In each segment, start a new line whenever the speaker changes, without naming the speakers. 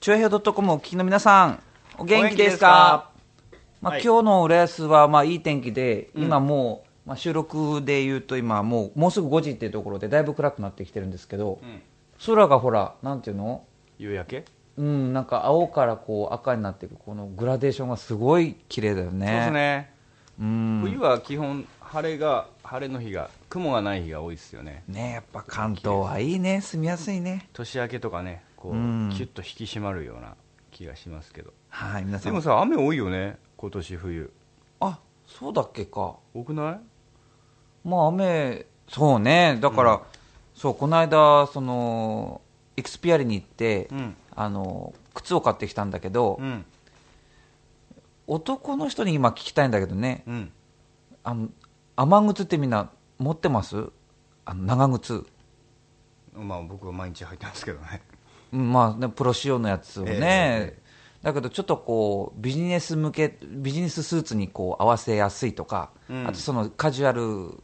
ちょいへドットコムお聞きの皆さん、お元気ですか
か
まあ、
はい
今日のレースは、まあ、いい天気で、今もう、まあ、収録で言うと今もう、もうすぐ5時っていうところで、だいぶ暗くなってきてるんですけど、
ん
空がほら、なんていうの
夕焼け、
うん、なんか青からこう赤になっていく、このグラデーションがすごい綺麗だよね。
そうですね、
うん。
冬は基本晴れが晴れの日が雲がない日が多いですよね
ねやっぱ関東はいいね、住みやすいね。
年明けとかねこう、
うん
キュッと引き締まるような気がしますけど
はい、皆さ
で
ん。
もさ雨多いよね今年冬
あ、そうだっけか。
多くない
まあ雨、そうね、だから、そう、この間、その、エクスピアリに行って、
うん
あの、靴を買ってきたんだけど、
うん
男の人に今聞きたいんだけどね、
うん
あの、雨靴ってみんな持ってますあの、長靴。
まあ僕は毎日履いてますけどね
うんまあね、プロ仕様のやつをね、
えええ
だけどちょっとこうビジネス向けビジネススーツにこう合わせやすいとか、
うん
あとそのカジュアル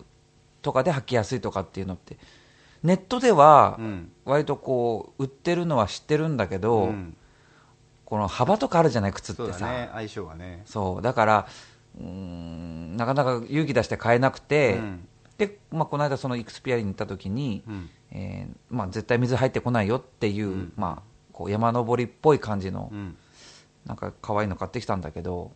とかで履きやすいとかっていうのってネットでは
うん
割とこう売ってるのは知ってるんだけど、
うん
この幅とかあるじゃない靴って
そう
さ
だね相性がね
そうだからうーんなかなか勇気出して買えなくて、
うん
で、まあ、この間そのイクスピアリに行った時に、
うん
えーまあ、絶対水入ってこないよっていう,、
ん
まあ、こう山登りっぽい感じの、
うん
なんか可愛いの買ってきたんだけど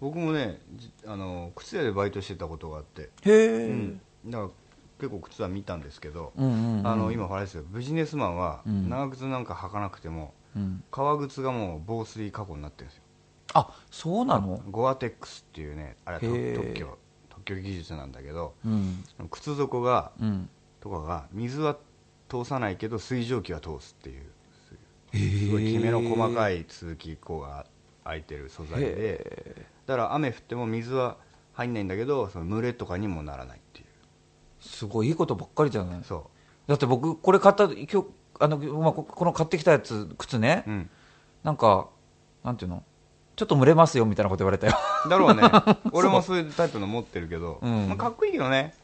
僕もねじあの靴屋でバイトしてたことがあって、
へえ、う
うんん、だから結構靴は見たんですけど、
うんうん
あの今あれですよビジネスマンは
うん
長靴なんか履かなくても、
うん
革靴がもう防水加工になってるんですよ
あそうなの、
ゴアテックスっていうねあれは特
へー
特許特許技術なんだけど
うん
靴底が
うん、
とかが水は通さないけど水蒸気は通すっていう
へえ
すごいきめの細かい通気口が開いてる素材で
へ
だから雨降っても水は入んないんだけどその蒸れとかにもならないってい
すごいいいことばっかりじゃないう
そ
だって僕これ買った今日あの、まあ、ここの買ってきたやつ靴ね、
う、うん、
なんかなんていうのちょっと蒸れますよみたいなこと言われたよ
だろうね俺もそういうタイプの持ってるけど、
うん
まあ、かっこいいよね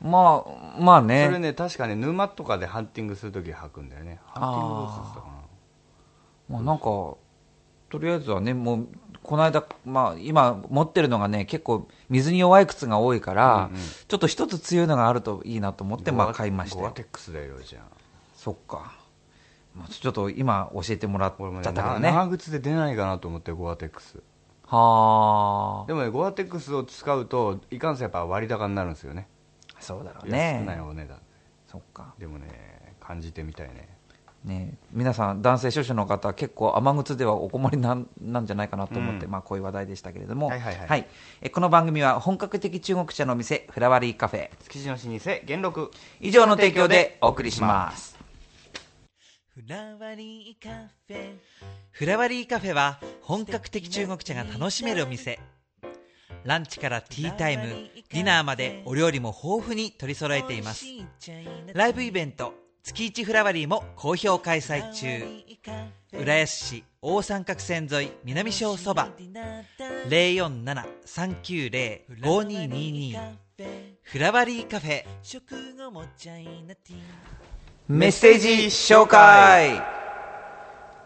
まあまあ
そ
ね
れね確かね沼とかでハンティングするとき履くんだよねハンティングどうするんだったかな
まあ、なんかとりあえずはねもうこの間、まあ、今持ってるのがね結構水に弱い靴が多いから、
うんうん
ちょっと一つ強いのがあるといいなと思って、まあ、買いました
ゴア
よ
テックスだよじゃん
そっか、まあ、ちょっと今教えてもらっち
俺も
ゃっ
ね
たからね
長靴で出ないかなと思ってゴアテックス
はあ
でもねゴアテックスを使うといかんせんやっぱ割高になるんですよね
そうだろう
安くない
ね
お値段
そっか
でもね感じてみたいね
ね皆さん男性諸々の方結構雨靴ではお困りなんなんじゃないかなと思って、まあ、こういう話題でしたけれども、
はいはいはい
えこの番組は本格的中国茶のお店フラワリーカフェ
築地の老舗元禄
以上の提供でお送りします
フラワリーカフェフラワリーカフェは本格的中国茶が楽しめるお店ランチからティータイムディナーまでお料理も豊富に取り揃えていますライブイベント月一フラワリーも好評開催中浦安市大三角線沿い南小そば0473905222フラワリーカフェ
メッセージ紹介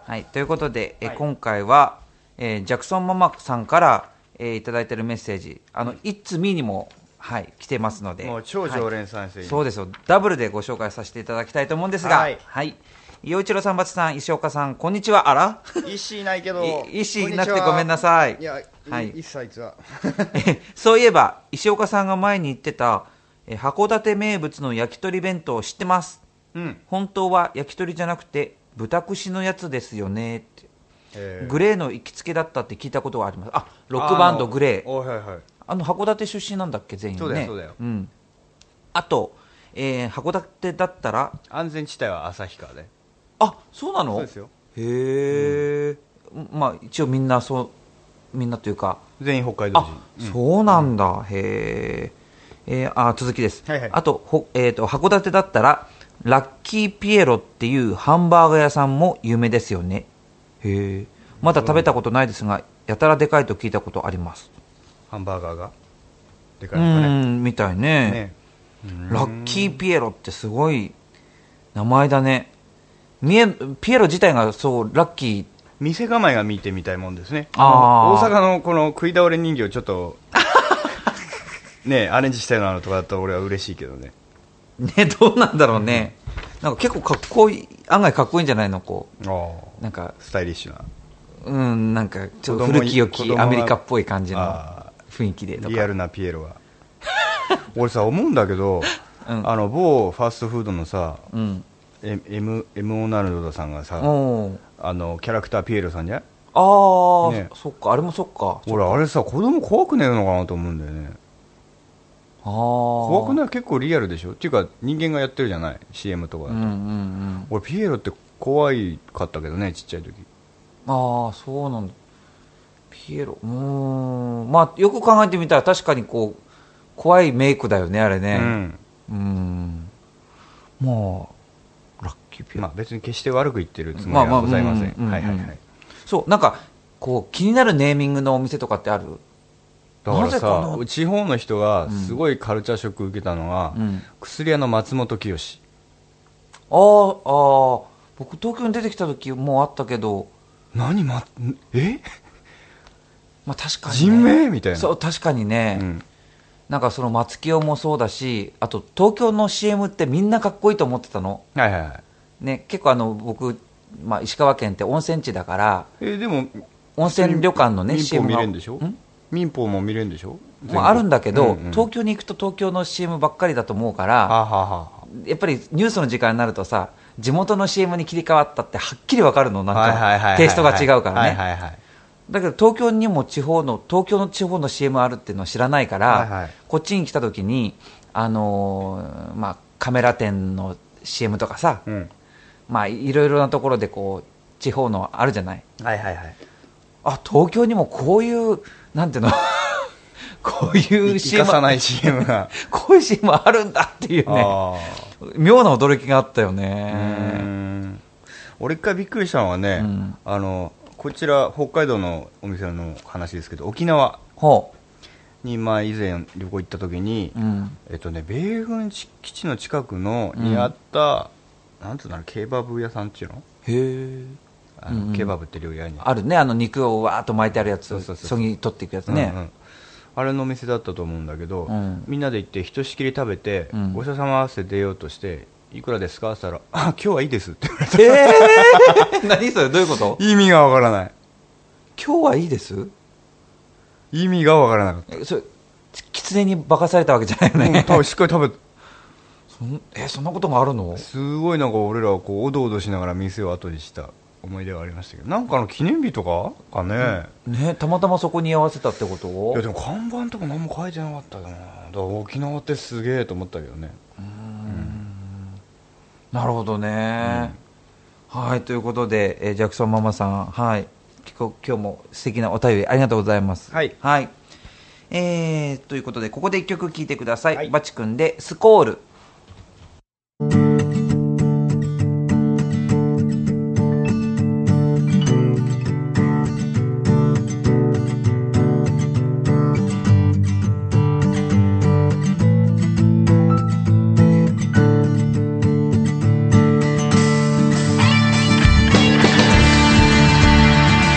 はい、ということで、え
はい
今回は、えージャクソンママさんから、えーいただいてるメッセージ、あの、いつみにも、はい、来てますので、
もう超常連さんですよ
はい
今
そうですよ、ダブルでご紹介させていただきたいと思うんですが、は
はいい、
陽一郎さん、バチさん、石岡さん、こんにちは、あら
一子いないけど
い一子いなくてごめんなさい
こんにちはい
は
や
い
い一切あいつは
え そういえば、石岡さんが前に言ってた、え函館名物の焼き鳥弁当知ってます。
うん
本当は焼き鳥じゃなくて、豚串のやつですよね、って。
えー
グレーの行きつけだったって聞いたことがあります。あ、ロックバンド
あの
グレー。
おはいはい
あの、函館出身なんだっけ、全員ね。
そうだよそうだよ
ん。あと、えー函館だったら、
安全地帯は旭川で
あ、そうなの
そうですよ。
へえ、まあ、一応みんな、そう、みんなというか、
全員北海道人
あ、そうなんだ。へーえーあ、続きです。
はいはい
あと、ほえっ、と、函館だったら、ラッキーピエロっていうハンバーガー屋さんも有名ですよね。へえ。まだ食べたことないですが、やたらでかいと聞いたことあります。
ハンバーガーがでか
う
いのかね
ん、みたいね
ね
ラッキーピエロってすごい名前だね。みえピエロ自体がそう、ラッキー
店構えが見てみたいもんですね。
あ
大
ー
阪のこの食い倒れ人形をちょっ と、ね、アレンジしたようなのとかだったら俺は嬉しいけどね。
ね、 どうなんだろうね。なんか結構かっこいい、案外かっこいいんじゃないのこう。なんか、
スタイリッシュな。
うん、なんか、ちょっと
子供い
古き良
子
き
供が
アメリカっぽい感じの
あ
雰囲気でと
リア
か。
ルなピエロは。 俺さ、思うんだけど、
うん
あの、某ファーストフードのさ、
うん。
エ M、M オナルドさんがさ、
おー
あの、キャラクターピエロさんじゃん
あー、
ね
そっか、あれもそっか。
俺、あれさ、子供怖くねえのかなと思うんだよね。
あー
怖くない結構リアルでしょっていうか、人間がやってるじゃない ?CM とかだ
う
と
んうんうん。
俺ピエロって怖いかったけどねちっちゃい時
ああそうなんだピエロうーんまあよく考えてみたら確かにこう怖いメイクだよねあれ
う
ね
ん
うーんまあラッキーピエロ、
まあ別に決して悪く言ってるつも
まあ
り
まあ
はございません
うんうんうん
はいはいはい
そうなんかこう気になるネーミングのお店とかってある
だか
なぜ
ら
か
さ
な
地方の人がすごいカルチャーショック受けたのは、
うん
薬屋の松本清
あーあー僕東京に出てきた時もうあったけど
何まえ
まあ確かに、ね、
人名みたいな
そう確かにね、
うん
なんかその松清もそうだしあと東京の CM ってみんなかっこいいと思ってたの
はいはいはい
ね、結構あの僕、まあ、石川県って温泉地だから
えーでも
温泉旅館のね
民放
CM
見
が
れるんでしょ
ん
民放も見れるんでしょ
まあ、あるんだけど、
うんうん
東京に行くと東京の CM ばっかりだと思うか
は
ら
あはあは
やっぱりニュースの時間になるとさ地元の CM に切り替わったってはっきり分かるのなん
あはいはいはいは
か
い
テイストが違うからね、
はいはいはい
だけど東京にも地方の東京の地方の CM あるっていうのは知らないから、
はいはい
こっちに来た時に、あのーまあ、カメラ店の CM とかさ、
うん
まあ、いろいろなところでこう地方のあるじゃない
はいはいはい
あ東京にもこういう、なんていうの、 こういう
生か
CM、
さない CM が
こういう CM あるんだっていうね、
ああ
妙な驚きがあったよ
うー
ね。
ん俺一回びっくりしたのはね、
うん
あのこちら北海道のお店の話ですけど沖縄
ほ
にまあ以前旅行行った時に、
う、うん、
えっとね米軍基地の近くのにあった、なんつうんだろうケバブ屋さんっていうの
へえ、
あの、
うんうん
ケバブって料理屋に
あるね、あの肉をわーっと巻いてあるやつ、
そうそうそう
そぎ取っていくやつね。
うんうんあれのお店だったと思うんだけど、
うん
みんなで行ってひとしきり食べて、
うん
ごちそうさまって出ようとしていくらですかって言ったら「あ今日はいいです」って言われ
ええ何それ、どういうこと
た意味がわからない
今日はいいです
意味がわからなかった
えそれ狐に化かされたわけじゃないよ
うん
ね、
多分しっかり食べ
そんえそんなことがあるの
すごいなんか俺らはこうおどおどしながら店を後にした思い出がありましたけどなんかの記念日とかかね、
ねたまたまそこに居合わせたってこと
いやでも看板とか何も書いてなかったよなだから沖縄ってすげえと思ったけどね
なるほどね、はいということで、えージャクソンママさんはい結構今日も素敵なお便りありがとうございます
はい
えーということでここで一曲聴いてください、
はい
バチ君で「スコール」
「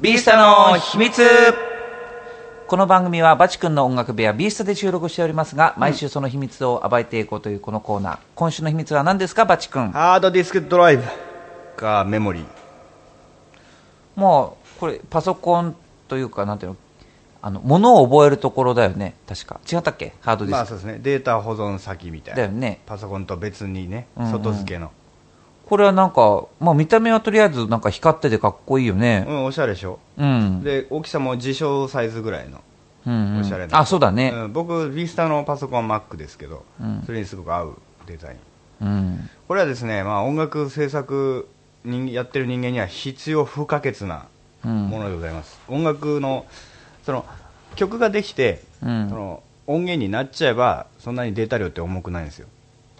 ビースタの秘密この番組はバチ君の音楽部屋ビースタで収録しておりますが毎週その秘密を暴いていこうというこのコーナー今週の秘密は何ですかバチ君
ハードディスクドライブかメモリー
もうこれパソコンというかなんていうのあの物を覚えるところだよね確か違ったっけハードディ
ま
ス
あ
ク、
そうですねデータ保存先みたいな
だよね
パソコンと別にね
うんうん
外付けの、
これはなんか、まあ、見た目はとりあえずなんか光っててかっこいいよ
うん
ね
おしゃれでしょ、
うん
で大きさも自称サイズぐらいの、
うんうん
おしゃれな
あそうだね
うん、僕ビースタのパソコンは Mac ですけど、
うん
それにすごく合うデザイ
う
ン
ん
これはですね、まあ、音楽制作人やってる人間には必要不可欠な
うん
ものでございます、音楽のその曲ができて、
うん
その音源になっちゃえばそんなにデータ量って重くないんですよ、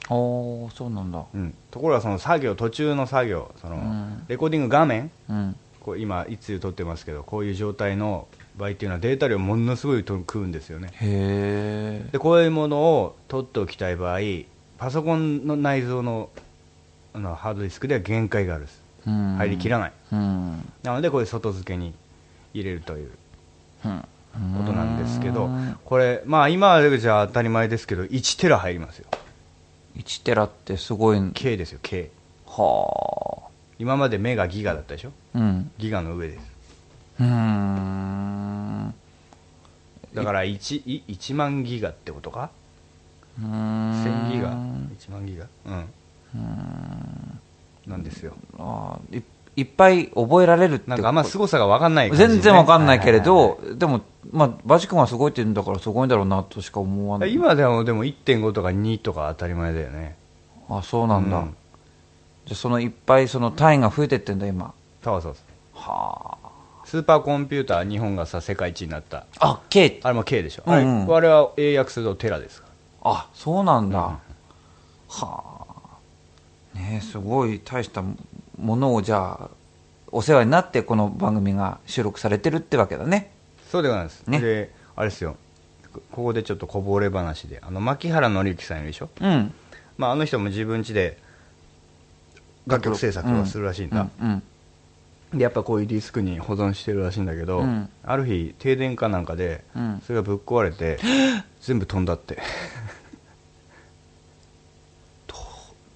おーそうなんだ
うん、ところがその作業途中の作業その、
ん
レコーディング画面
うん
こう今いつ撮ってますけどこういう状態の場合っていうのはデータ量ものすごいと食うんですよね
へえ
でこういうものを取っておきたい場合パソコンの内蔵のあのハードディスクでは限界があるんです入りきら
ない
ない、
うん
なのでこれ外付けに入れるという
うん
ことなんですけ
う
ど
ん
これまあ今はじゃあ当たり前ですけど1テラ入りますよ
1テラってすごいは
K ですよ K
あ
今までメガギガだったでしょ
うん
ギガの上です
うーんう
だから 1, い1万ギガってことか
ーん
1000ギガ1万ギガうんなんですよ
あーいいっぱい覚えられるって
なんかあんま凄さが分かんない感じね、
全然わかんないけれ
はいはい
ど、でも、まあ、バジ君はすごいって言うんだからすごいんだろうなとしか思わ
は
ないい
今でもでも1.5とか2とか当たり前だよね
あそうなんだ、
うん
じゃあそのいっぱいその単位が増えてってんだ今
そうそうそう
はあ
スーパーコンピューター日本がさ世界一になった
あ K って
あれも K でしょ、
うんうん
あれあれは英訳するとテラですか
あそうなんだ、
うん
はあねえすごい大したものをじゃあお世話になってこの番組が収録されてるってわけだね
そうでございます、
ね
であれですよこここでちょっとこぼれ話であの牧原紀之さんいるでしょ、
うん
まあ、あの人も自分家で楽曲制作をするらしいんだ、
うん
でやっぱこういうディスクに保存してるらしいんだけど、
うん
ある日停電かなんかで、
うん
それがぶっ壊れて全部飛んだって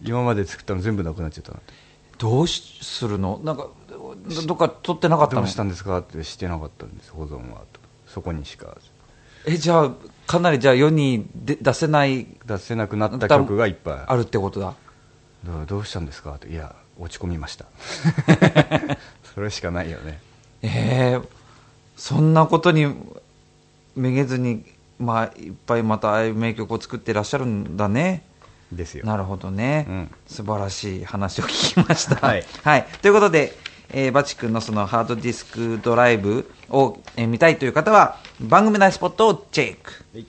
今まで作ったの全部なくなっちゃったなって
どうしするのなんかどっか撮ってなかった
ど
の
うしたんですかってしてなかったんです保存はとそこにしか
えじゃあかなりじゃあ世に出出せない
出せなくなった曲がいっぱい
あるってことだ
どうどうしたんですかといや落ち込みました それしかないよね
ええそんなことにめげずにまあいっぱいまたああいう名曲を作ってらっしゃるんだね
ですよ
なるほどね、
うん
素晴らしい話を聞きました。
はい
ということで、えーバチ君のそのハードディスクドライブを、えー見たいという方は番組内スポットをチェック。
はい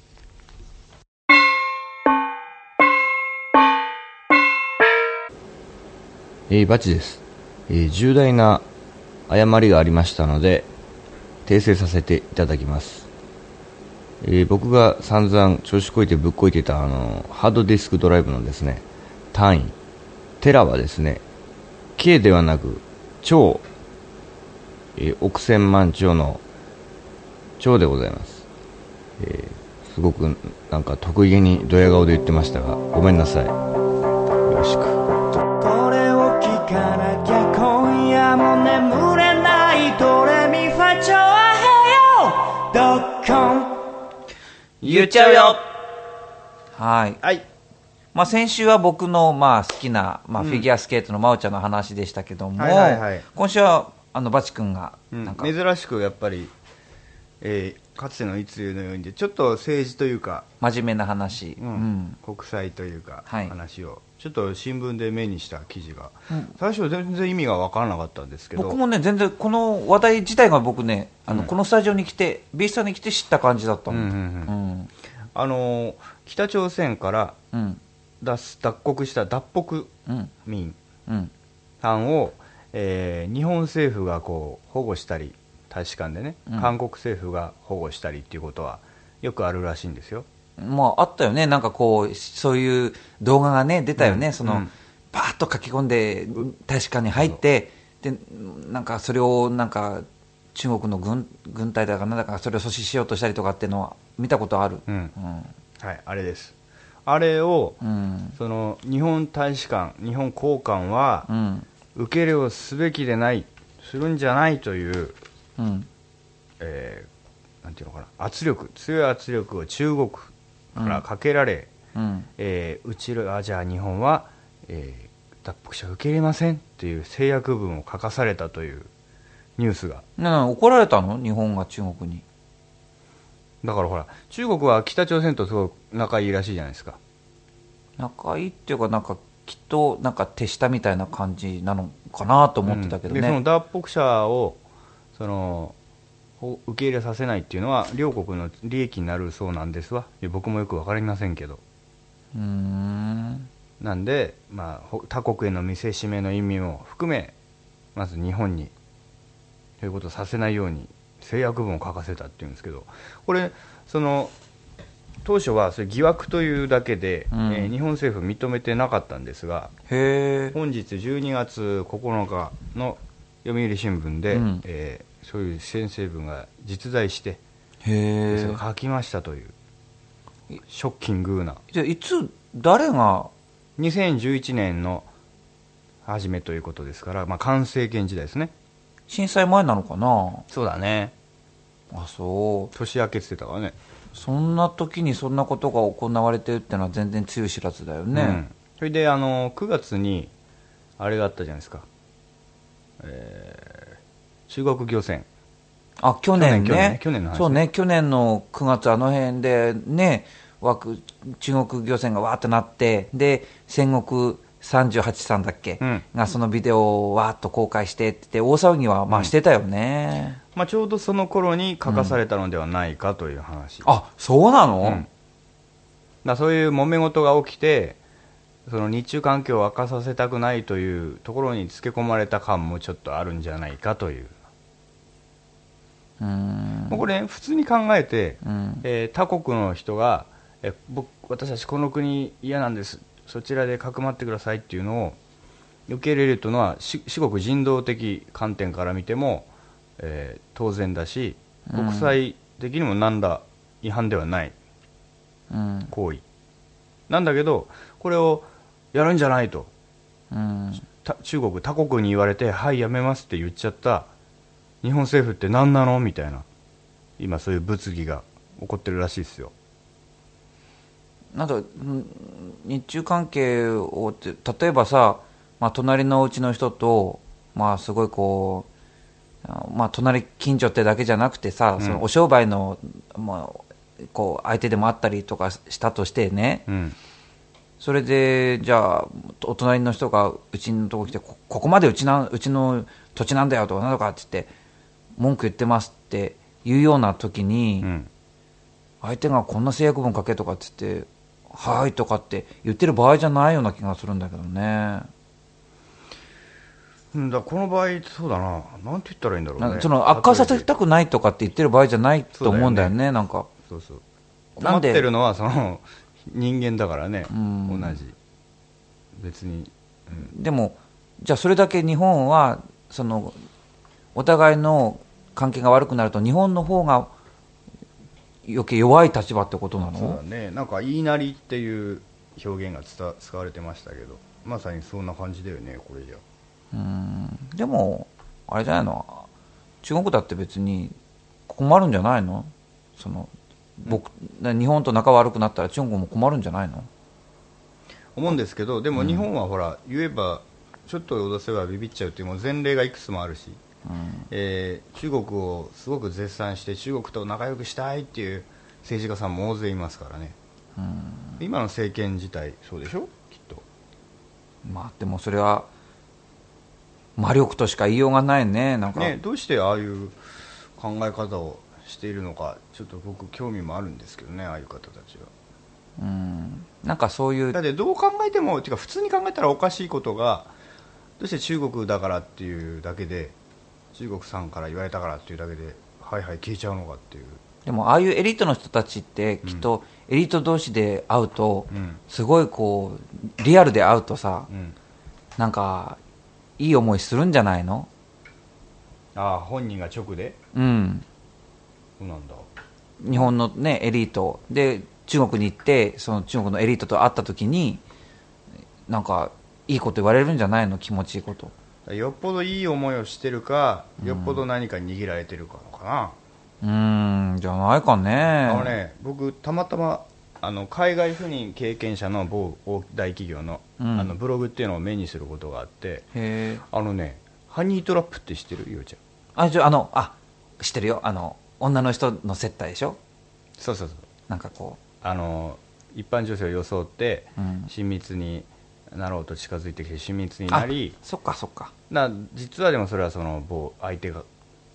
えーバチです、えー重大な誤りがありましたので訂正させていただきます、えー僕が散々調子こいてぶっこいてたあのハードディスクドライブのですね単位テラはですね K ではなく超、えー億千万兆の超でございます、えーすごくなんか得意げにドヤ顔で言ってましたがごめんなさいよろしく
これを聞かなきゃ今夜も眠れないドレミファチョアヘヨドッコン
言っちゃうよはい。
はい
まあ、先週は僕のまあ好きな、まあ、フィギュアスケートの真央ちゃんの話でしたけども、
はいはいはい
今週はあのバチ君が
うん
なんか、
珍しくやっぱり、えーかつてのいつゆのようにでちょっと政治というか、
真面目な話、
うん
うん
国際というか、
はい
話をちょっと新聞で目にした記事が、最初全然意味が分からなかったんですけど
僕もね全然この話題自体が僕ねあの、
うん
このスタジオに来てビースタに来て知った感じだった
うん
の、
うん
うん
あのー北朝鮮から
うん
脱脱国した脱北
うん
民
うん
さんを、えー日本政府がこう保護したり大使館でね、
うん
韓国政府が保護したりっていうことはよくあるらしいんですよ。
まああったよねなんかこうそういう動画がね出たよね、
うん
その、
うん
バーッと書き込んで大使館に入ってでなんかそれをなんか中国の軍軍隊だかなんだかそれを阻止しようとしたりとかっていうのは見たことある、
うん
うん
はい、あれです。あれを、
うん
その日本大使館、日本公館は、
うん
受け入れをすべきでない、するんじゃないという、
うん
えーなんていうのかな、圧力、強い圧力を中国からかけられ、
うん
えーうちら、じゃあ日本は、えー脱北者受け入れませんっていう制約文を書かされたというニュースが。
なな怒られたの日本が中国に
だからほら、中国は北朝鮮とすごい仲いいらしいじゃないですか。
仲いいっていうかなんかきっとなんか手下みたいな感じなのかなと思ってたけど
うんでその
ね、
脱北者をそのほ受け入れさせないっていうのは両国の利益になるそうなんですわいや僕もよく分かりませんけど
うーん
なんで、まあ、ほ他国への見せしめの意味も含めまず日本にそういうことをさせないように制約文を書かせたっていうんですけどこれその当初はそれ疑惑というだけで、
うん
えー日本政府認めてなかったんですが、
へえ
本日12月9日の読売新聞で、
うん
えーそういう先生文が実在して、
へえ
それを書きましたという
え
ショッキングな
じゃあいつ誰が
2011年の初めということですから、まあ、完成権時代ですね
震災前なのかな
そうだね
あそう
年明けって言ってたからね
そんな時にそんなことが行われてるってのは全然強い知らずだよ
う
ね
ん、それであの9月にあれがあったじゃないですか、えー中国漁船
あ去年ね
去年去年ね去年の話
そうね去年の9月あの辺でねわく中国漁船がわーってなってで戦国38さんだっけ、
うん
がそのビデオをわーっと公開してって言って大騒ぎはまあしてたよね、
まあ、ちょうどその頃に書かされたのではないかという話、
あそうなの、
うんだからそういう揉め事が起きてその日中関係を悪化させたくないというところにつけ込まれた感もちょっとあるんじゃないかという、
うーん
もうこれ普通に考えて、
うん
えー他国の人が、え僕私たちこの国嫌なんですそちらでかくまってくださいっていうのを受け入れるというのはし至極人道的観点から見ても、えー当然だし国際的にも何ら違反ではない
うん
行為なんだけどこれをやるんじゃないと
うん
た中国他国に言われてはいやめますって言っちゃった日本政府って何なのみたいな今そういう物議が起こってるらしいですよ
なんかうん日中関係をって例えばさ、まあ、隣のうちの人と、まあ、すごいこうあまあ、隣近所ってだけじゃなくてさ、
うん
そのお商売の、まあ、こう相手でもあったりとかしたとしてね、
うん
それでじゃあお隣の人がうちのとこ来てこここまでうちなうちの土地なんだよとかなんとかって言って文句言ってますっていうような時に。
うん
相手がこんな制約文書けとかって言って、はーいとかって言ってる場合じゃないような気がするんだけどね。
うんだからこの場合そうだななんて言ったらいいんだろ
な
うんね
かその悪化させたくないとかって言ってる場合じゃないと思うんだよね、なんか。
そうそう困
な
っ
んで
てるのはその人間だからね
うん
同じ別に
でも、じゃあそれだけ日本は、その、お互いの関係が悪くなると、日本の方が余計弱い立場ってことな
そうだ
の
ねなんか言いなりっていう表現がつた使われてましたけどまさにそんな感じだよねこれじゃ
うん。でも、あれじゃないの中国だって別に困るんじゃないのその、僕、日本と仲悪くなったら中国も困るんじゃないの
思うんですけどでも日本はほら、言えばちょっと脅せばビビっちゃうっていうもう前例がいくつもあるし、えー中国をすごく絶賛して中国と仲良くしたいっていう政治家さんも大勢いますからね、今の政権自体そうでしょきっと
まあでもそれは魔力としか言いようがないねなんか
ね、どうしてああいう考え方をしているのかちょっと僕興味もあるんですけどねああいう方たちは
うんなんかそういう
だってどう考えてもてか普通に考えたらおかしいことがどうして中国だからっていうだけで中国さんから言われたからっていうだけではいはい消えちゃうのかっていう
でもああいうエリートの人たちってきっとエリート同士で会うと
うん
すごいこうリアルで会うとさ
うん
なんかいい思いするんじゃないの
ああ本人が直で
うん、
そうなんだ
日本の、ね、エリートで中国に行ってその中国のエリートと会った時になんかいいこと言われるんじゃないの気持ちいいこと
よっぽどいい思いをしてるか、よっぽど何かに握られてるかのかな、
うーんじゃないかね
あのね僕たまたまあの海外赴任経験者の某大大企業の,、
うん
あのブログっていうのを目にすることがあって
へえ
あのねハニートラップって知ってるゆうちゃん
あじゃああのあ知ってるよあの女の人の接待でしょ
そうそうそう
なんかこ
あの一般女性を装って、
うん
親密になろうと近づいてきて親密に
う
なり
あそっかそっか
な実はでもそれはその某相手が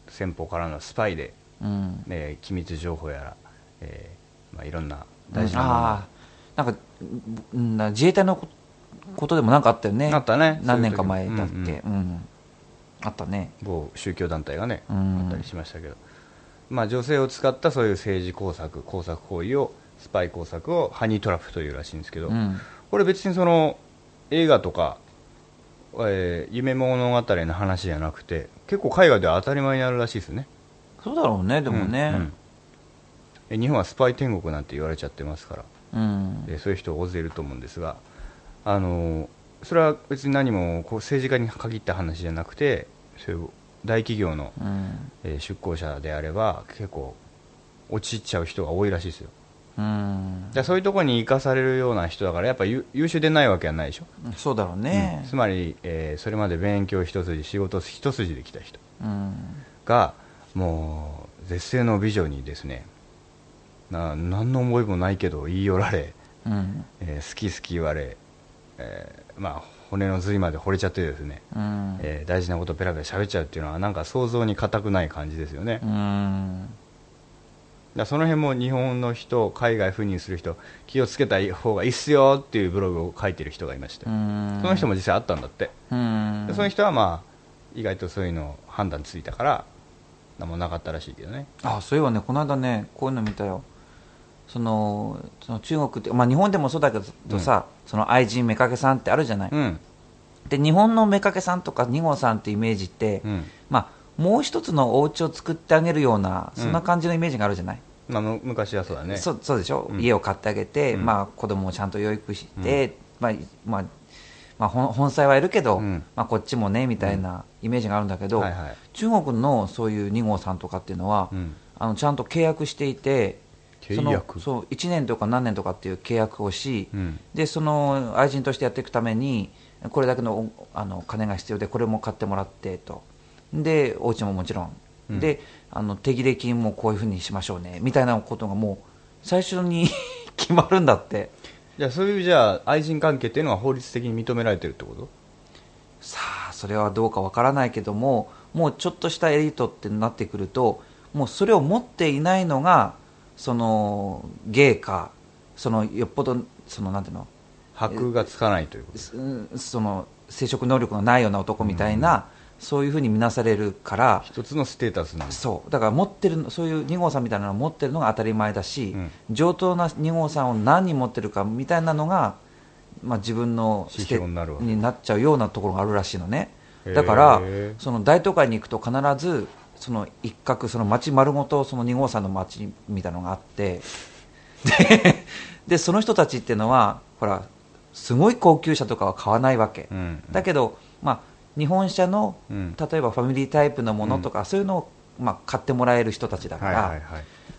先方からのスパイで、
うん
ね、機密情報やら、えーまあ、いろんな
大
大
事
事
な
な
もの
もの
ああなんかうんな自衛隊のこことでもなんかあったよね
あったね
何年か前
そういう
だっ
時
けうん、あったね
某宗教団体がね、
うん
あったりしましたけど、まあ、女性を使ったそういう政治工作、工作行為を、スパイ工作をハニートラップというらしいんですけど、
うん
これ別にその映画とか、えー夢物語の話じゃなくて、結構海外では当たり前にあるらしいですね。
そうだろうねでもね
うんうんえ日本はスパイ天国なんて言われちゃってますから、
うん
えーそういう人大勢いると思うんですが、あのーそれは別に何もこう政治家に限った話じゃなくて、そういう大企業の
うん
えー出向者であれば結構陥っちゃう人が多いらしいですよ
うん
でそういうところに生かされるような人だからやっぱ優優秀でないわけはないでしょ、
そうだろうね
うんつまり、えーそれまで勉強一筋仕事一筋で来た人
うん
がもう絶世の美女にですねな何の思いもないけど言い寄られ、
うん
えー好き好き言われ、えーまあ、骨の髄まで惚れちゃってですね、
うん
えー大事なことペラペラ喋っちゃうっていうのはなんか想像に難くない感じですよね、
うん
だからその辺も日本の人、海外赴任する人、気をつけた方がいいっすよっていうブログを書いてる人がいまして、
うん
その人も実際あったんだって、
うん
でその人はまあ意外とそういうの判断ついたから、何もなかったらしいけどね、
あそういえばねこの間ねこういうの見たよそのその中国って、まあ、日本でもそうだけどさ、その愛人妾さんってあるじゃない、
うん、
で日本の妾さんとか二号さんってイメージって、
うん
まあ、もう一つのお家を作ってあげるようなそんな感じのイメージがあるじゃない、
まあ、む昔はそうだね、
そうそうでしょ、
うん
家を買ってあげて、
うん
まあ、子供をちゃんと養育して、まあいまあまあ、本本妻はいるけど、
うん
まあ、こっちもねみたいなイメージがあるんだけど、
はいはい
中国のそういう2号さんとかっていうのは、
うん
あのちゃんと契約していて
契
その
約
そう1年とか何年とかっていう契約をし、
うん
でその愛人としてやっていくためにこれだけのおあの金が必要でこれも買ってもらってとでお家ももちろん、
うん
であの手切れ金もこういうふうにしましょうねみたいなことがもう最初に 決まるんだって
じゃあそういうじゃあ愛人関係っていうのは法律的に認められてるってこと
さあそれはどうかわからないけどももうちょっとしたエリートってなってくるともうそれを持っていないのがそのゲイかそのよっぽどそのなんていうの
箔がつかないということ
すうんその生殖能力のないような男みたいな、そういうふうに見なされるから
一つのステータスなんです
そうだから持ってるのそういう2号さんみたいなのを持ってるのが当たり前だし、
うん
上等な2号さんを何人持ってるかみたいなのが、まあ、自分の
指標になるわけ
になっちゃうようなところがあるらしいのね
へー
だからその大都会に行くと必ずその一角その町丸ごとその2号さんの町みたいなのがあ ってででその人たちっていうのはほらすごい高級車とかは買わないわけ、
うん
だけど、まあ、日本車の、
うん
例えばファミリータイプのものとか、そういうのを、まあ、買ってもらえる人たちだか
はい
ら、
はいはい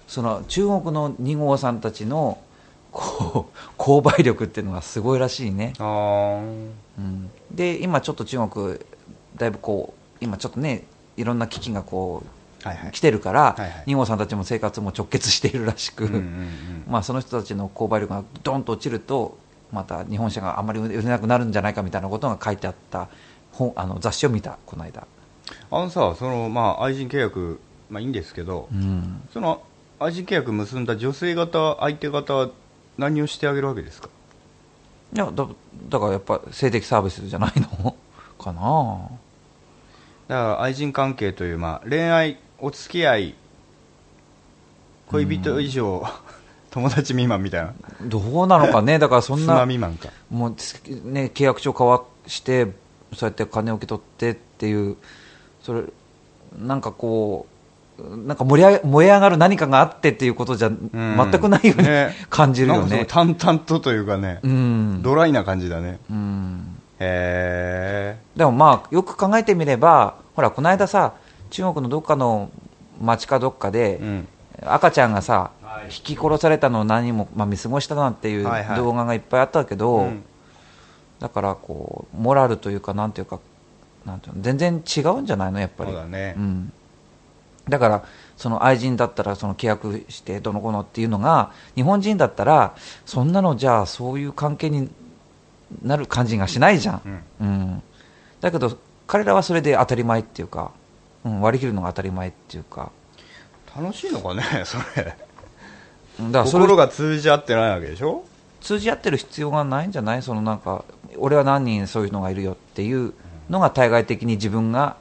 その中国の2号さんたちのこう 購買力っていうのがすごいらしいね、
あー
うんで今ちょっと中国だいぶこう今ちょっとねいろんな危機がこう、
はいはい
来てるから、
はいはい
2号さんたちも生活も直結しているらしく、
うんうんうん
まあ、その人たちの購買力がドンと落ちるとまた日本車があまり売れなくなるんじゃないかみたいなことが書いてあった本あの雑誌を見たこの間、
あのさその、まあ、愛人契約、まあ、いいんですけど、
うん、
その愛人契約結んだ女性方相手方は何をしてあげるわけですか
いやだだからやっぱ性的サービスじゃないのかな
だから愛人関係という、まあ、恋愛お付き合い恋人以上友達未満みたいな
どうなのか ねだからそん
妻
な
未満か
もう、ね、契約書交わしてそうやって金を受け取ってっていうそれなんかこうなんか盛り上げ燃え上がる何かがあってっていうことじゃ全くないように、感じるよ
なん
ね
か。すごい淡々とというかね、
うん
ドライな感じだね。
うん
へ
でもまあよく考えてみればほらこの間さ中国のどっかの町かどっかで、
え。うん。
赤ちゃんがさ、
はい
引き殺されたのを何も、まあ、見過ごしたなんていう
はいはい
動画がいっぱいあったけど、
うん
だからこうモラルというかなんていうかなんていうの全然違うんじゃないのやっぱり
そうだね
ん、だからその愛人だったらその契約してどの子のっていうのが日本人だったらそんなのじゃあそういう関係になる感じがしないじゃん、うん、だけど彼らはそれで当たり前っていうか、うん、割り切るのが当たり前っていうか
楽しいのかね、 それ。
うんだからそれ
心が通じ合ってないわけでしょ
通じ合ってる必要がないんじゃないそのなんか俺は何人そういうのがいるよっていうのが対外的に自分が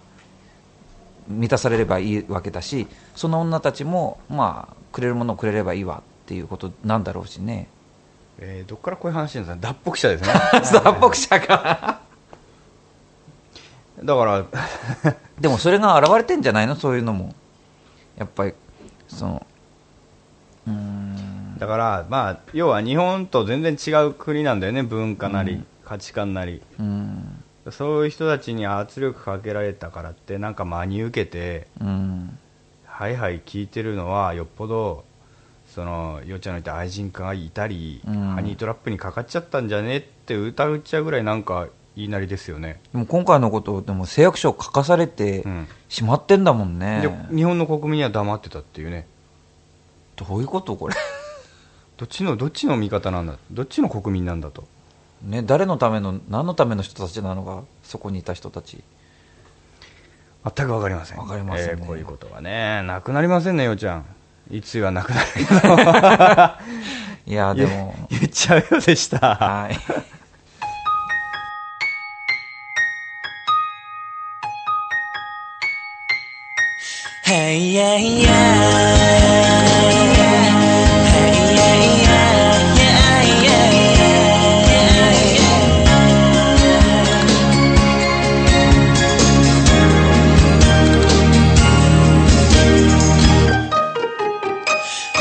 満たされればいいわけだしその女たちもまあくれるものをくれればいいわっていうことなんだろうしね
えー、どっからこういう話なんですか脱北者 ですね。
脱北者 が
だから、
でもそれが現れてんじゃないのそういうのもやっぱりそのうーん
だから、まあ、要は日本と全然違う国なんだよね、文化なり、価値観なり。
うん
そういう人たちに圧力かけられたからって、なんか真に受けて、
うん
はいはい聞いてるのはよっぽどそのよっちゃんの言った愛人がいたり、
うん
ハニートラップにかかっちゃったんじゃねって歌うっちゃうぐらいなんか言いなりですよね、
でも今回のことでも誓約書を書かされて
うん
しまってんだもんね、
で日本の国民には黙ってたっていうね
どういうことこれ
どっちのどっちの味方なんだどっちの国民なんだと
ね、誰のための何のための人たちなのかそこにいた人たち
全く分かりません
わかりませんね
えーこういうことがねなくなりませんねよっちゃんいつはなくなるけ
い
ど
やでも
言っちゃうようでした
はい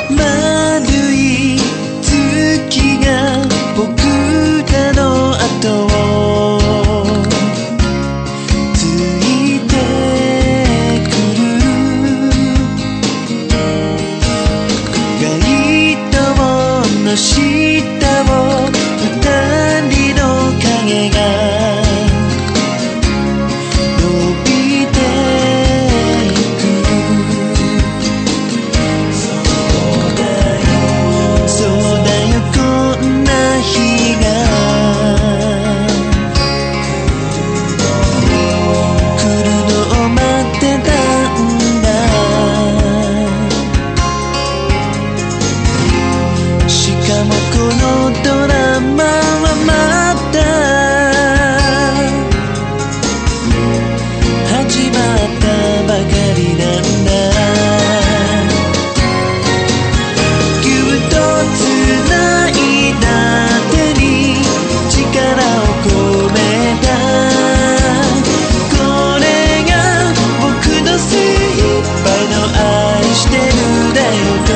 丸い月が僕らの後をついてくる街灯の下を二人の影が伸びていく「そうだよこんな日が」「来るのを待ってたんだ」「しかもこのドラマはまた始まったばかりなんだ」「ぎゅっとつないだ手に力を込めた」「これが僕の精一杯の愛してるだよと」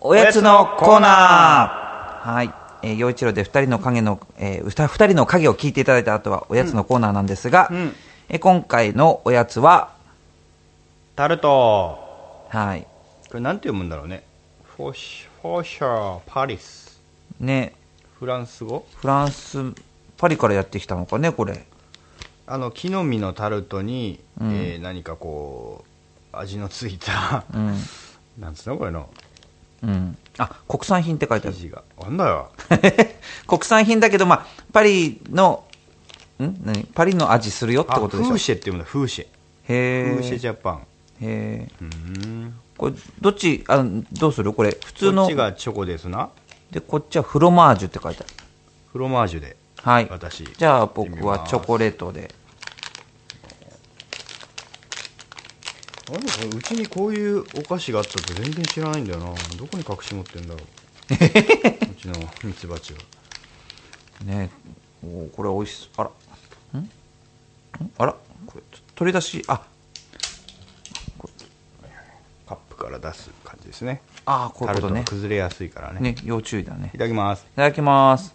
おやつのコーナーはい、えー、陽一郎で二人の影の、えー、歌二人の影を聞いていただいた後はおやつのコーナーなんですが、
うん
えー今回のおやつは
タルト
はい
これなんて読むんだろうねフォシフォシャーパリス
ね
フランス語
フランスパリからやってきたのかねこれ
あの木の実のタルトに、
うん
えー何かこう味のついた、
うん、
なんつうのこれの
うん、あ国産品って書いてあ
生
る
地があんだよ
国産品だけど、まあ、パリのん何パリの味するよって
あ
ことでし
フ
ょ
ーシェって読むんだフーシェ、
へ
フーシェ
え
ジャパン
へー
うーん
これどっちあどうするこれ普通の
こっちがチョコですな
でこっちはフロマージュって書いてある
フロマージュで
はい
私
じゃあ僕はチョコレートで
なんだこれうちにこういうお菓子があったって全然知らないんだよなどこに隠し持ってんだろう うちのミツバチは
ねえおーこれ美味しそうあらんんあらこれと取り出しあ
カップから出す感じですね
あーこういうこと
タルト
ね
は崩れやすいからね
ね要注意だね
いただきます
いただきます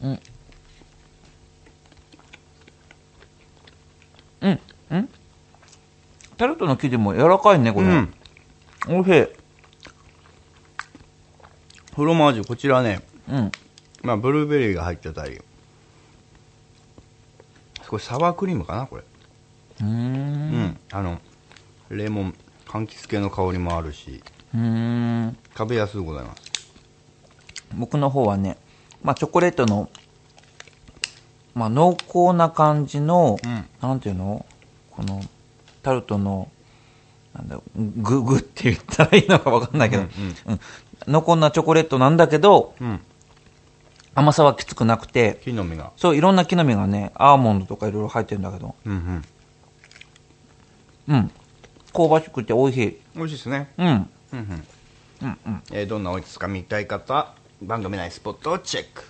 うんうんうんタルトの生地も柔らかいねこれ、
うん
おいしい
フロマージュこちらね、
うん
まあ、ブルーベリーが入ってたりこれサワークリームかなこれ
うー
うん、
ん
あのレモン柑橘系の香りもあるし
うーん
食べやすくございます
僕の方はね、まあ、チョコレートの、まあ、濃厚な感じの、
うん
なんていうのこのタルトのなんだろうググって言ったらいいのかわかんないけど、
うん
うん濃厚なチョコレートなんだけど
うん
甘さはきつくなくて
木の実が
そういろんな木の実がねアーモンドとかいろいろ入ってるんだけど
うんうん
うん香ばしくて美味しい
美味しいですね
うん
うんうん
うんうん
えーどんなおいつかみたい方番組内スポットをチェック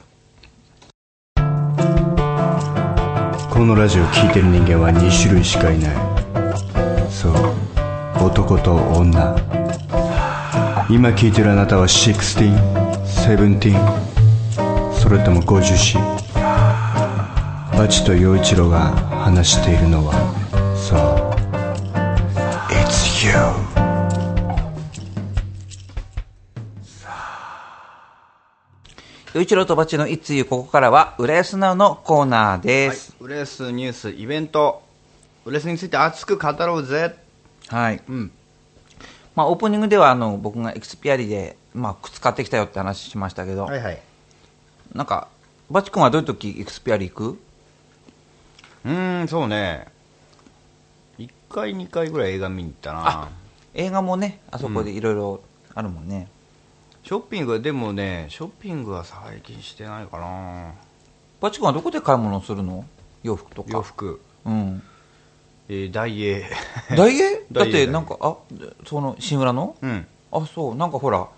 このラジオ聴いてる人間は2種類しかいないそう男と女今聴いてるあなたは1617それとも 50C バチと陽一郎が話しているのはそう It's you
与一郎とバチのいつゆここからは浦安なおのコーナーで
はい
す、、
ウレースニュースイベントウレースについて熱く語ろうぜ
はい
うん
まあ、オープニングではあの僕がエクスピアリで、まあ、靴買ってきたよって話しましたけど、
はいはい
なんかバチ君はどういう時エクスピアリ行く
うーんそうね1回2回ぐらい映画見に行ったな
あ映画もねあそこでいろいろあるもんね、
ショッピングはでもねショッピングは最近してないかな
バチ君はどこで買い物するの洋服とか
洋服、
うん
えー、ダイエー
ダイエーだ
ダ
っ
イエー
てなんかあその新浦の、
うん
あそうなんかほら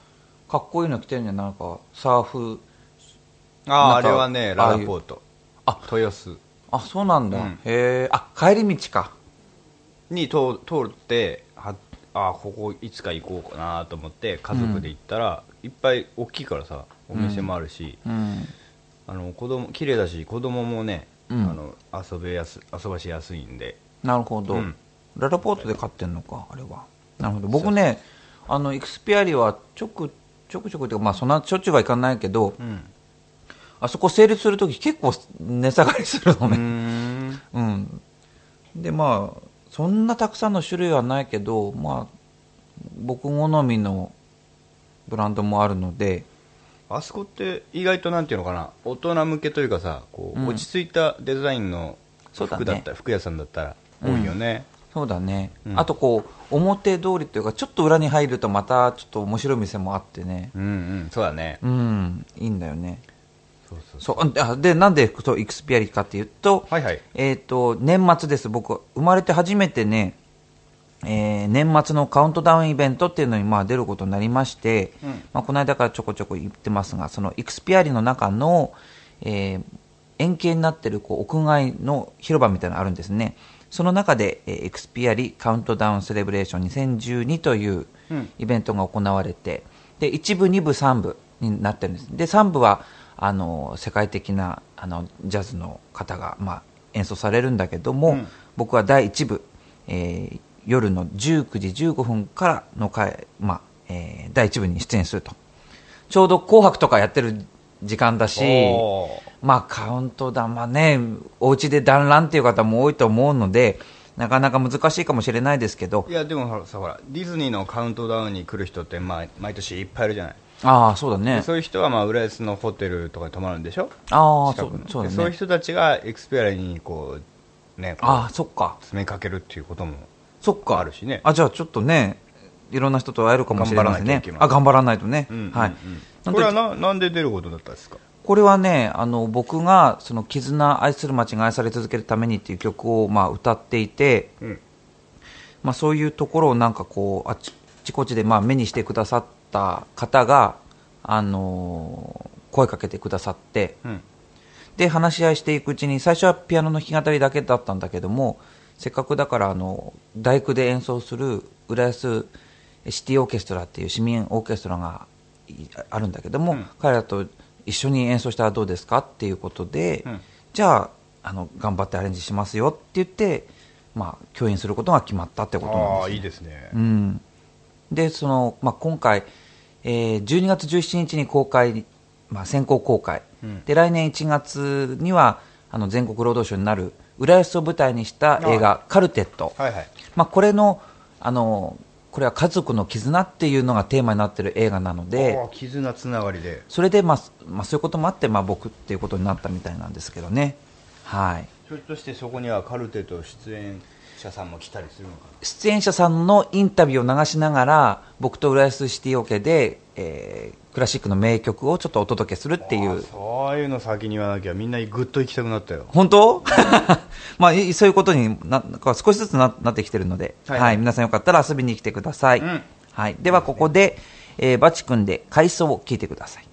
かっこいいの着てるんじゃんなんかサーフな
ああ
ん
あ
か
れはね
ああ
ラ
いう
ラポート
あ
豊洲
あそうなんだ、
うん
へえあ帰り道か
に通通ってはあここいつか行こうかなと思って家族で行ったら、いっぱい大きいからさお店もあるし、
うん
あの子供綺麗だし子供もね、
うん
あの遊べやす遊ばしやすいんで
なるほど、
うん
ララポートで買ってんのかあれはなるほど僕ねあのエクスピアリはちょくちょくちょくっていうかまあそんなしょっちゅうはいかないけど、
うん
あそこセールするとき結構値下がりするの
うー
ね
ん
うん、でまあそんなたくさんの種類はないけどまあ僕好みのブランドもあるので
あそこって意外となんていうのかな大人向けというかさこう、
うん
落ち着いたデザインの
そう
服
だ
だ
ね
った服屋さんだったら多いよね、
そうだね、
うん
あとこう表通りというかちょっと裏に入るとまたちょっと面白い店もあってね
うん、うんそうだね、
うんいいんだよね
そうそう
そうあでなんでそうイクスピアリかっていうと,、
はいはい
えー、と年末です僕生まれて初めてね、えー年末のカウントダウンイベントっていうのにまあ出ることになりまして、
うん
まあ、この間からちょこちょこ言ってますがそのイクスピアリの中の、えー円形になってるこう屋外の広場みたいなのあるんですねその中で、えー、エクスピアリカウントダウンセレブレーション2012という
うん
イベントが行われて、で1部、2部、3部になってるんです、で3部はあの世界的なあのジャズの方が、まあ、演奏されるんだけども、
うん
僕は第1部、えー夜の19時15分からの回、まあえー第1部に出演すると、ちょうど紅白とかやってる時間だし。
おー
まあカウントダウン、まあね、お家で団らんっていう方も多いと思うので、なかなか難しいかもしれないですけど
い、やでもほらさほらディズニーのカウントダウンに来る人って、まあ、毎年いっぱいいるじゃない、
ああ、そうだ
で
ね。
そういう人はまあ浦安のホテルとかに泊まるんでしょ
ああ、そ
近く
う
の
そう
で
だ
いう
ね。
人たちがエクスペアリにこうねこう
ああ、そっか。
詰めかけるっていうことも
そっか。
あるしね
あ、じゃあちょっとね、いろんな人と会えるかもしれませんね
頑張らなきゃいけ。ない
あ、頑張らないとね。は
う
い
んうんうん。
なん
これは
で
ななんで出ることだったんですか
これはね、あの、僕が、その、絆、愛する街が愛され続けるためにっていう曲を、まあ、歌っていて、
うん
まあ、そういうところをなんかこうあちあちこちでまあ目にしてくださった方が、あのー声かけてくださって、
うん
で話し合いしていくうちに最初はピアノの弾き語りだけだったんだけどもせっかくだからあの大工で演奏する浦安シティオーケストラっていう市民オーケストラがいあるんだけども、
うん
彼らと一緒に演奏したらどうですかっていうことで、
うん
じゃああの頑張ってアレンジしますよって言って、まあ、共演することが決まったってことなんです
あ
ね
あいいですね
うん、でその、まあ、今回、えー12月17日に公開、まあ、先行公開、
うん
で来年1月にはあの全国労働省になる浦安を舞台にした映画「カルテット」
はいはい
まあ、これのあのこれは家族の絆っていうのがテーマになってる映画なので
ああ絆つながりで
それで、まあすまあ、そういうこともあって、まあ、僕っていうことになったみたいなんですけどね。はい
ひょっとしてそこにはカルテと出演者さんも来たりするのか
出演者さんのインタビューを流しながら僕と浦安シティオケで、えークラシックの名曲をちょっとお届けするってい
なあ
う
そういうの先に言わなきゃみんなグッと行きたくなったよ
本当 まあいそういうことにななんか少しずつななってきてるので、は
はいいはい
皆さんよかったら遊びに来てください、
うん
はい、ではここで、えーバチ君で「回想」を聞いてください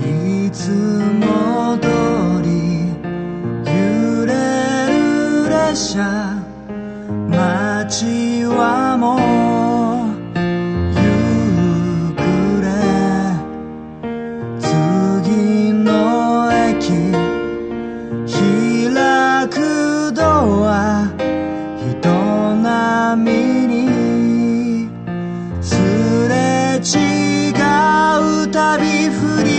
いつも通り揺れる列車街はもう夕暮れ次の駅開くドア人波にすれ違うたび振り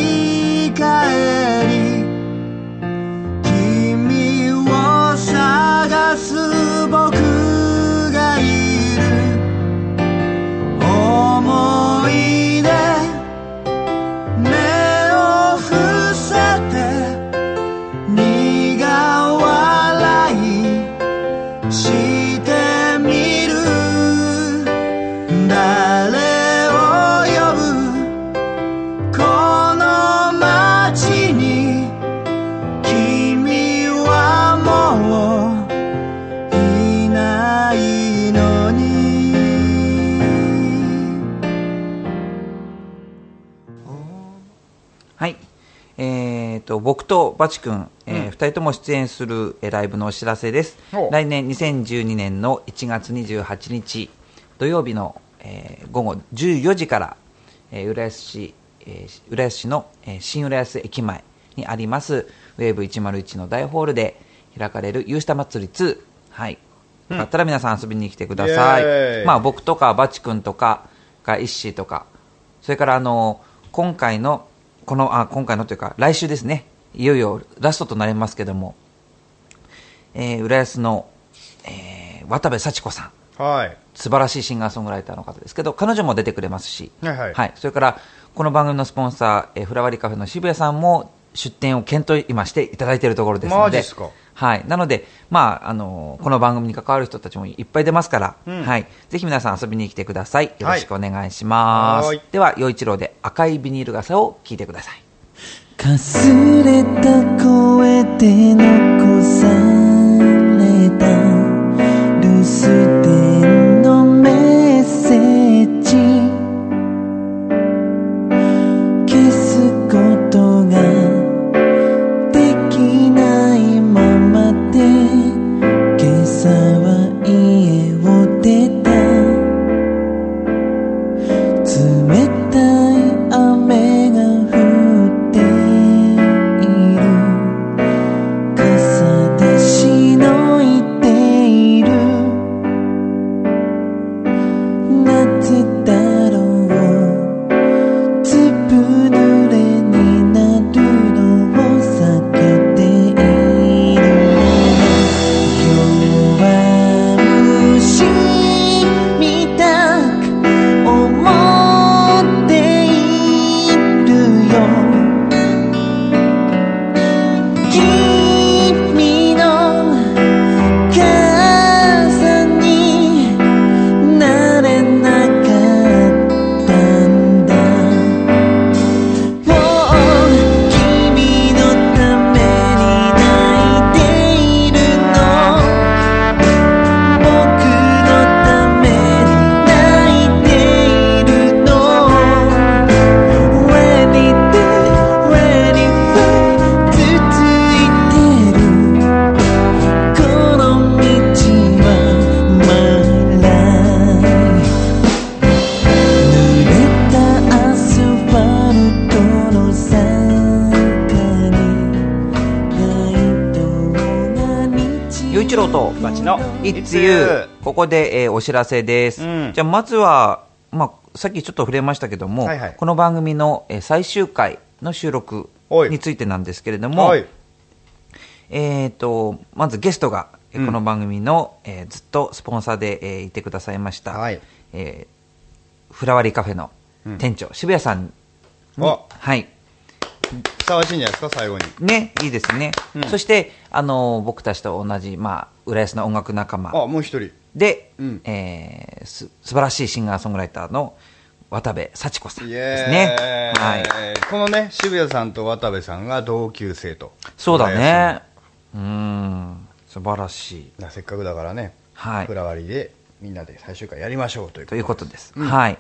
返り君を探す僕がいる思い出目を伏せて苦笑いしてみる誰を呼ぶこの街に君はもういないのに
はいえー、と僕とバチ君、えー
う
2
ん
人とも出演するえーライブのお知らせです
お
来年2012年の1月28日土曜日の、えー午後14時から、えー浦安市、えー浦安市の、えー新浦安駅前にありますウェーブ101の大ホールで開かれる「ゆうした祭り2」はいよかったら皆さん遊びに来てくださ
イエー
い、
イ
まあ、僕とかバチ君とかがイッシーとかそれからあの今回のこのあ今回のというか来週ですねいよいよラストとなりますけども、えー浦安の、えー渡部幸子さん
はい
素晴らしいシンガーソングライターの方ですけど彼女も出てくれますし、
はいはい
それからこの番組のスポンサー、えーフラワリカフェの渋谷さんも出店を検討今していただいているところですので
マジっすか
はい、なので、まああのーこの番組に関わる人たちもいっぱい出ますから、
うん
はい、ぜひ皆さん遊びに来てくださいよろしくお願いします、
はいはーい
では陽一郎で「赤いビニール傘」を聞いてください
かすれた声で残された留守電のメッセージ消すことができないままで今朝は家を出た冷たい雨が降っている傘でしのいでいる夏だろうつぶ濡れになる
一郎と
バチの
It's You ここで、えーお知らせです、
うん
じゃあまずは、まあ、さっきちょっと触れましたけども、
はいはい
この番組の、えー最終回の収録
はい
についてなんですけれども、
はい
えー、とまずゲストが、えー
うん
この番組の、えーずっとスポンサーで、えーいてくださいました、
はい
えーフラワリーカフェの
うん
店長、渋谷さんに、
あ
はい
ふさわしいんじゃないですか最後に
ね、いいですね、
うん
そして、あの僕たちと同じ、まあ、浦安の音楽仲間
あもう一人
で、
うん
えーす素晴らしいシンガーソングライターの渡部幸子さん
イ
です
エ
ね。
ーイ、
はい、
このね渋谷さんと渡部さんが同級生と
そうだね。うん、素晴らしい。
せっかくだからね、
はい
フラワリでみんなで最終回やりましょうという
ということです。
うん
はい、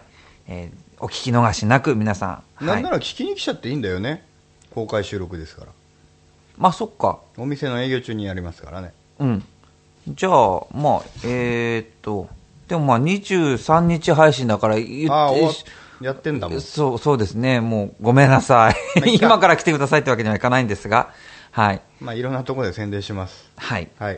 えーお聞き逃しなく皆さん。
な
は
ん
い
な、ら聞きに来ちゃっていいんだよね公開収録ですから
まあ、そっか。
お店の営業中にやりますからね
うん。じゃあ、まあ、えーっと、でもまあ、23日配信だから言
ああ
っ
終わ
て、
やってんだもん
そう、そうですね。もう、ごめんなさい
まあい。い か
今から来てくださいってわけにはいかないんですが、はい。
まあいろんなところで宣伝します
はい。
はい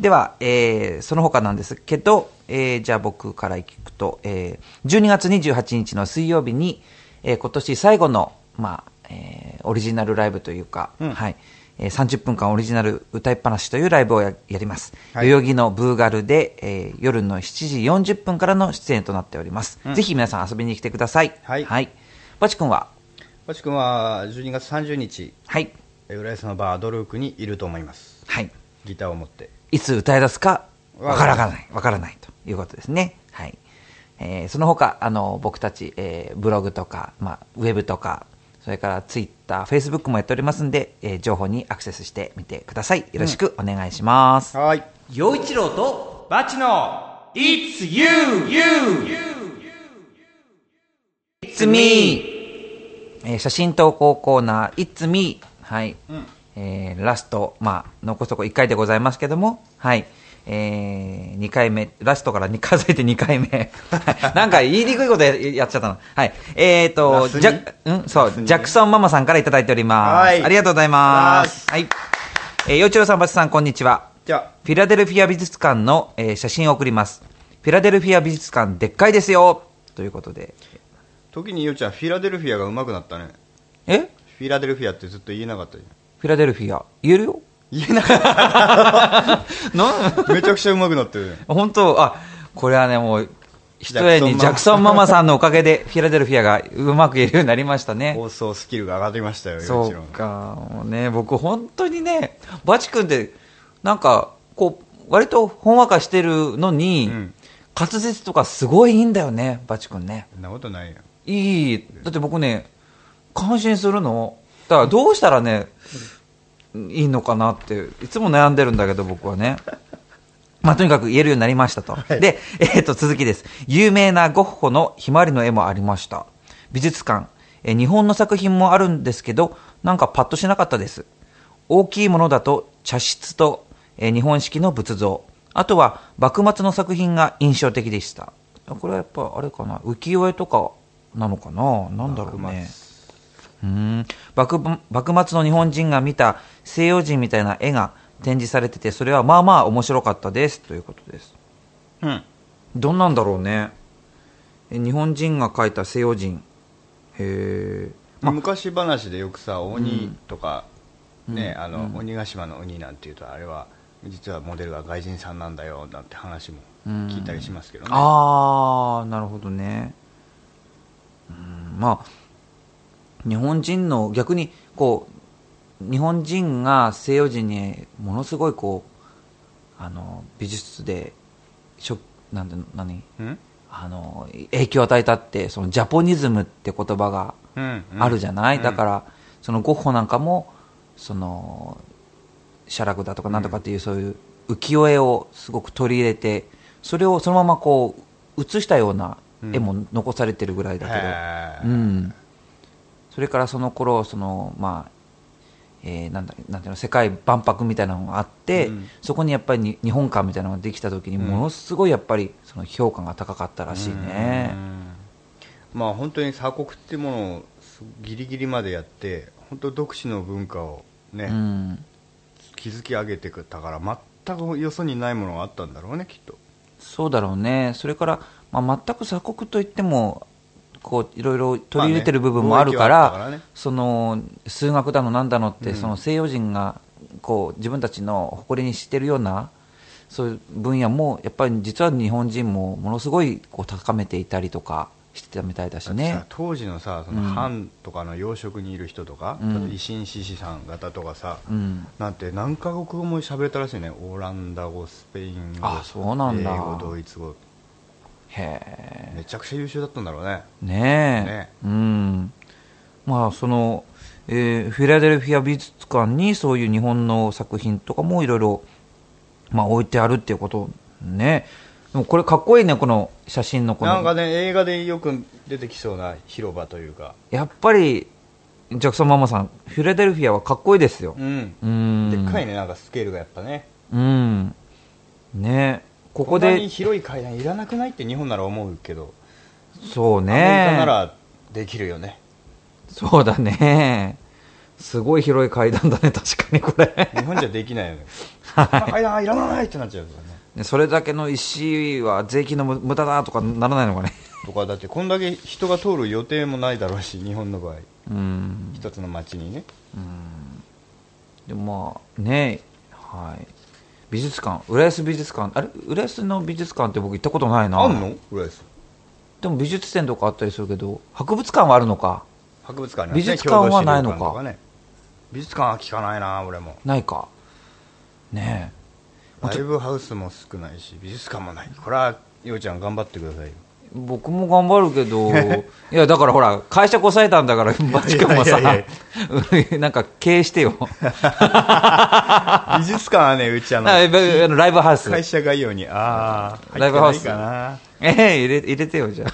では、えーその他なんですけど、えーじゃあ僕から聞くと、えー12月28日の水曜日に、えー今年最後の、まあえーオリジナルライブというか、
うん
はいえー30分間オリジナル歌いっぱなしというライブをややります、
はい
代々木のブーガルで、えー夜の7時40分からの出演となっております、
うん
ぜひ皆さん遊びに来てください
はい
バチ君は
星君は12月30日
はい
え浦安のバードルークにいると思います
はい
ギターを持って
いつ歌い出すかわ
わ
か
からら
な、
ない
わからないということですね。はい。えーその他、あの、僕たち、えーブログとか、まあ、ウェブとか、それからツイッター、フェイスブックもやっておりますんで、えー情報にアクセスしてみてください。よろしくお願いします。
はい
陽一郎とバチの It's You! you.
It's me! えー写真投稿コーナー、It's me! はい。えーラスト、まあ、残すとこ1回でございますけども、はい。え2回目、ラストから2数えて2回目。 なんか言いにくいことややっちゃったの。はい。えーと、
ラスに
ジャ、うん、そう
ラス、に
ジャクソンママさんからいただいております。
はい
ありがとうございます。はい。えー、よいちろさん、ばちさん、こんにちは。
じゃ
フィラデルフィア美術館の、えー写真を送ります。フィラデルフィア美術館、でっかいですよということで。
あ時にゆうちゃんフィラデルフィアがうまくなったね
え
フィラデルフィアってずっと言えなかったじゃん
フィラデルフィア、言えるよ
言えなかっ
なん
ためちゃくちゃうまくなっ てるね
本当あこれはねもう一
ジャクソンマ
重
マ
にジャクソンママさんのおかげでフィラデルフィアがうまく言えるようになりましたね
放送スキルが上がってきましたよ
そ
陽一
う
郎の
かもうね僕本当にねバチ君ってなんかこう割とほんわかしてるのに、
うん
滑舌とかすごいいいんだよねバチ君ね
そんなことないよ
いいだって僕ね感心するのだからどうしたらねいいのかなっていつも悩んでるんだけど僕はね まあ、とにかく言えるようになりましたと。で、 えっ、と、続きです。有名なゴッホのひまわりの絵もありました。美術館、えー日本の作品もあるんですけど、なんかパッとしなかったです。大きいものだと茶室と、えー日本式の仏像、あとは幕末の作品が印象的でした。これはやっぱあれかな、浮世絵とかなのかななんだろうね。うー
幕
ん幕ぶ幕末の日本人が見た西洋人みたいな絵が展示されててそれはまあまあ面白かったですということです
末うん
どんなんだろうねえ日本人が描いた西洋人へえ
昔話でよくさ鬼とか、ねあの鬼ヶ島の鬼なんていうとあれは実はモデルが外人さんなんだよなんて話も聞いたりしますけどね、
ああなるほどねうんまあ日本人の逆にこう日本人が西洋人にものすごいこうあの美術でしょなんて何
うん
あの影響を与えたってそのジャポニズムって言葉が
うんうん
あるじゃない、
うん
だからそのゴッホなんかもその写楽だとかなんとかっていう、そういう浮世絵をすごく取り入れてそれをそのままこう写したような絵も残されてるぐらいだけど、
へー
うん、それからその頃そのまあ、えーなんだなんていうの世界万博みたいなのがあって、
うん
そこにやっぱりに日本館みたいなのができた時に
うん
ものすごいやっぱりその評価が高かったらしいね
う、んまあ本当に鎖国ってものをギリギリまでやって本当独自の文化をね、
うん
築き上げてくたから全くよそにないものがあったんだろうねきっと
そうだろうね、それから、まあ、全く鎖国といっても、こういろいろ取り入れてる部分もあるか
ま
ら、
あね貿易はあったからね
その数学だのなんだのって、その西洋人がこう自分たちの誇りにしてるような、そういう分野も、やっぱり実は日本人もものすごいこう高めていたりとかしてたみたいだし
だって
ね
さ。当時のさその藩とかの養殖にいる人とか、
うん
だって維新志士さん方とかさ、
うん
なんて何カ国語も喋れたらしいねオランダ語スペイン語
あそうなんだ
英語ドイツ語
へ
めちゃくちゃ優秀だったんだろうね
え。ねえ。
ね
うん。まあ、その、えーフィラデルフィア美術館にそういう日本の作品とかもいろいろ、まあ、置いてあるっていうことね。でもこれかっこいいね、この写真のこの。
なんかね映画でよく出てきそうな広場というか
やっぱり、ジャクソンママさん、フィラデルフィアはかっこいいですよ
う。ん
うん。
でっかい
ね。
ねなんかスケールがやっぱね
うん。ねこ
ここ
こ
で
で、
広い階段いらなくないって日本なら思うけど
そう
アメリ
ね。
カならできるよね
そうだね。すごい広い階段だね、確かにこれ。
日本じゃできな いよね階段いらないってなっちゃうからね
ねそれだけの石は税金の無無駄だとかならないのかね。
とかだってこんだけ人が通る予定もないだろうし日本の場合
うん。
一つの街にね
でもまあね、はい。美術館、浦安美術館、あれ浦安の美術館って僕行ったことないな。
あんの浦安
でも美術展とかあったりするけど、博物館はあるのか。
博物館ありますね
美術館はないのか
郷土資料館とね美術館は聞かないな俺も
ないか。ね
ライブハウスも少ないし美術館もないこれはようちゃん頑張ってくださいよ
え。僕も頑張るけ ど、いやだからほら、会社抑えたんだから、バチ君もさ
いやい、
なんか経営してよ。
美術館はねうち あの
あえあのライブハウス。
会社概要にああ
ライブハウス
かな
ええ入れ入れてよ、じゃ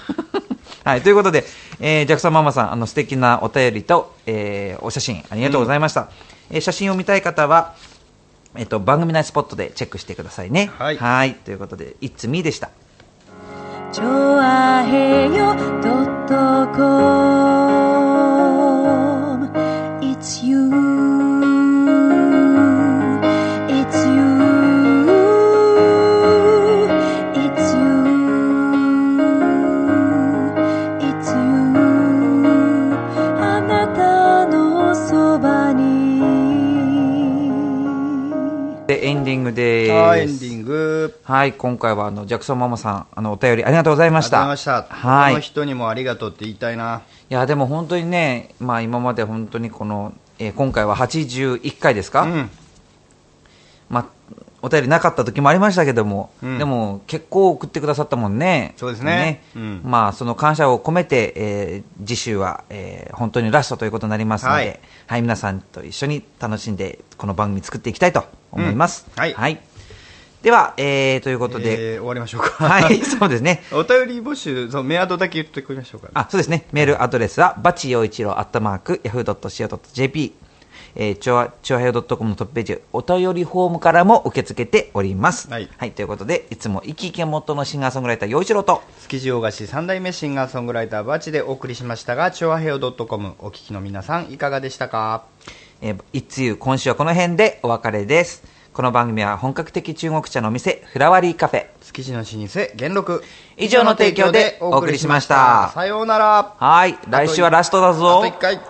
あ。 はい、ということで、えージャクソンママさん、あの素敵なお便りと、えーお写真、ありがとうございました。えー写真を見たい方は、えっ、と、番組内スポットでチェックしてくださいね。
はい
ということで、It's Me でした。
ちょあへよ .com It's you It's you It's you It's you あなたのそばに
で、エンディングです。
はいエンディング
はい、今回は、あの、ジャクソンママさん、あの、お便りありがとうございました。
ありがとうございました
はい。
この人にもありがとうって言いたいない
やでも本当にね、まあ、今まで本当にこの、えー今回は81回ですか、
うん
まあ、お便りなかった時もありましたけども、
うん
でも結構送ってくださったもんね、
そうですねうん
まあ、その感謝を込めて、えー次週は、えー本当にラストということになりますので、は
はいい
皆さんと一緒に楽しんで、この番組作っていきたいと思います。
うんはい
では、えーということで、
えー終わりましょうか
はい、そうですね。
お便り募集そのメアドだけ言っておきましょうか
あ、そうですね。メールアドレスは、バチ陽一郎アットマーク、yahoo.co.jp、えー、ちょわ、ちょわへよ .com のトップページ、お便りフォームからも受け付けております。
はい
ということで、いつも生き生き元のシンガーソングライター、陽一郎と、
築地大菓子三代目シンガーソングライターバチでお送りしましたが調和平和 .com お聞きの皆さんいかがでしたか
えー、いつゆ、今週はこの辺でお別れです。この番組は本格的中国茶のお店、フラワリーカフェ。
築地の老舗元禄
以上の提供でお送りしました
さようなら
はい、来週はラストだぞ。
あと1回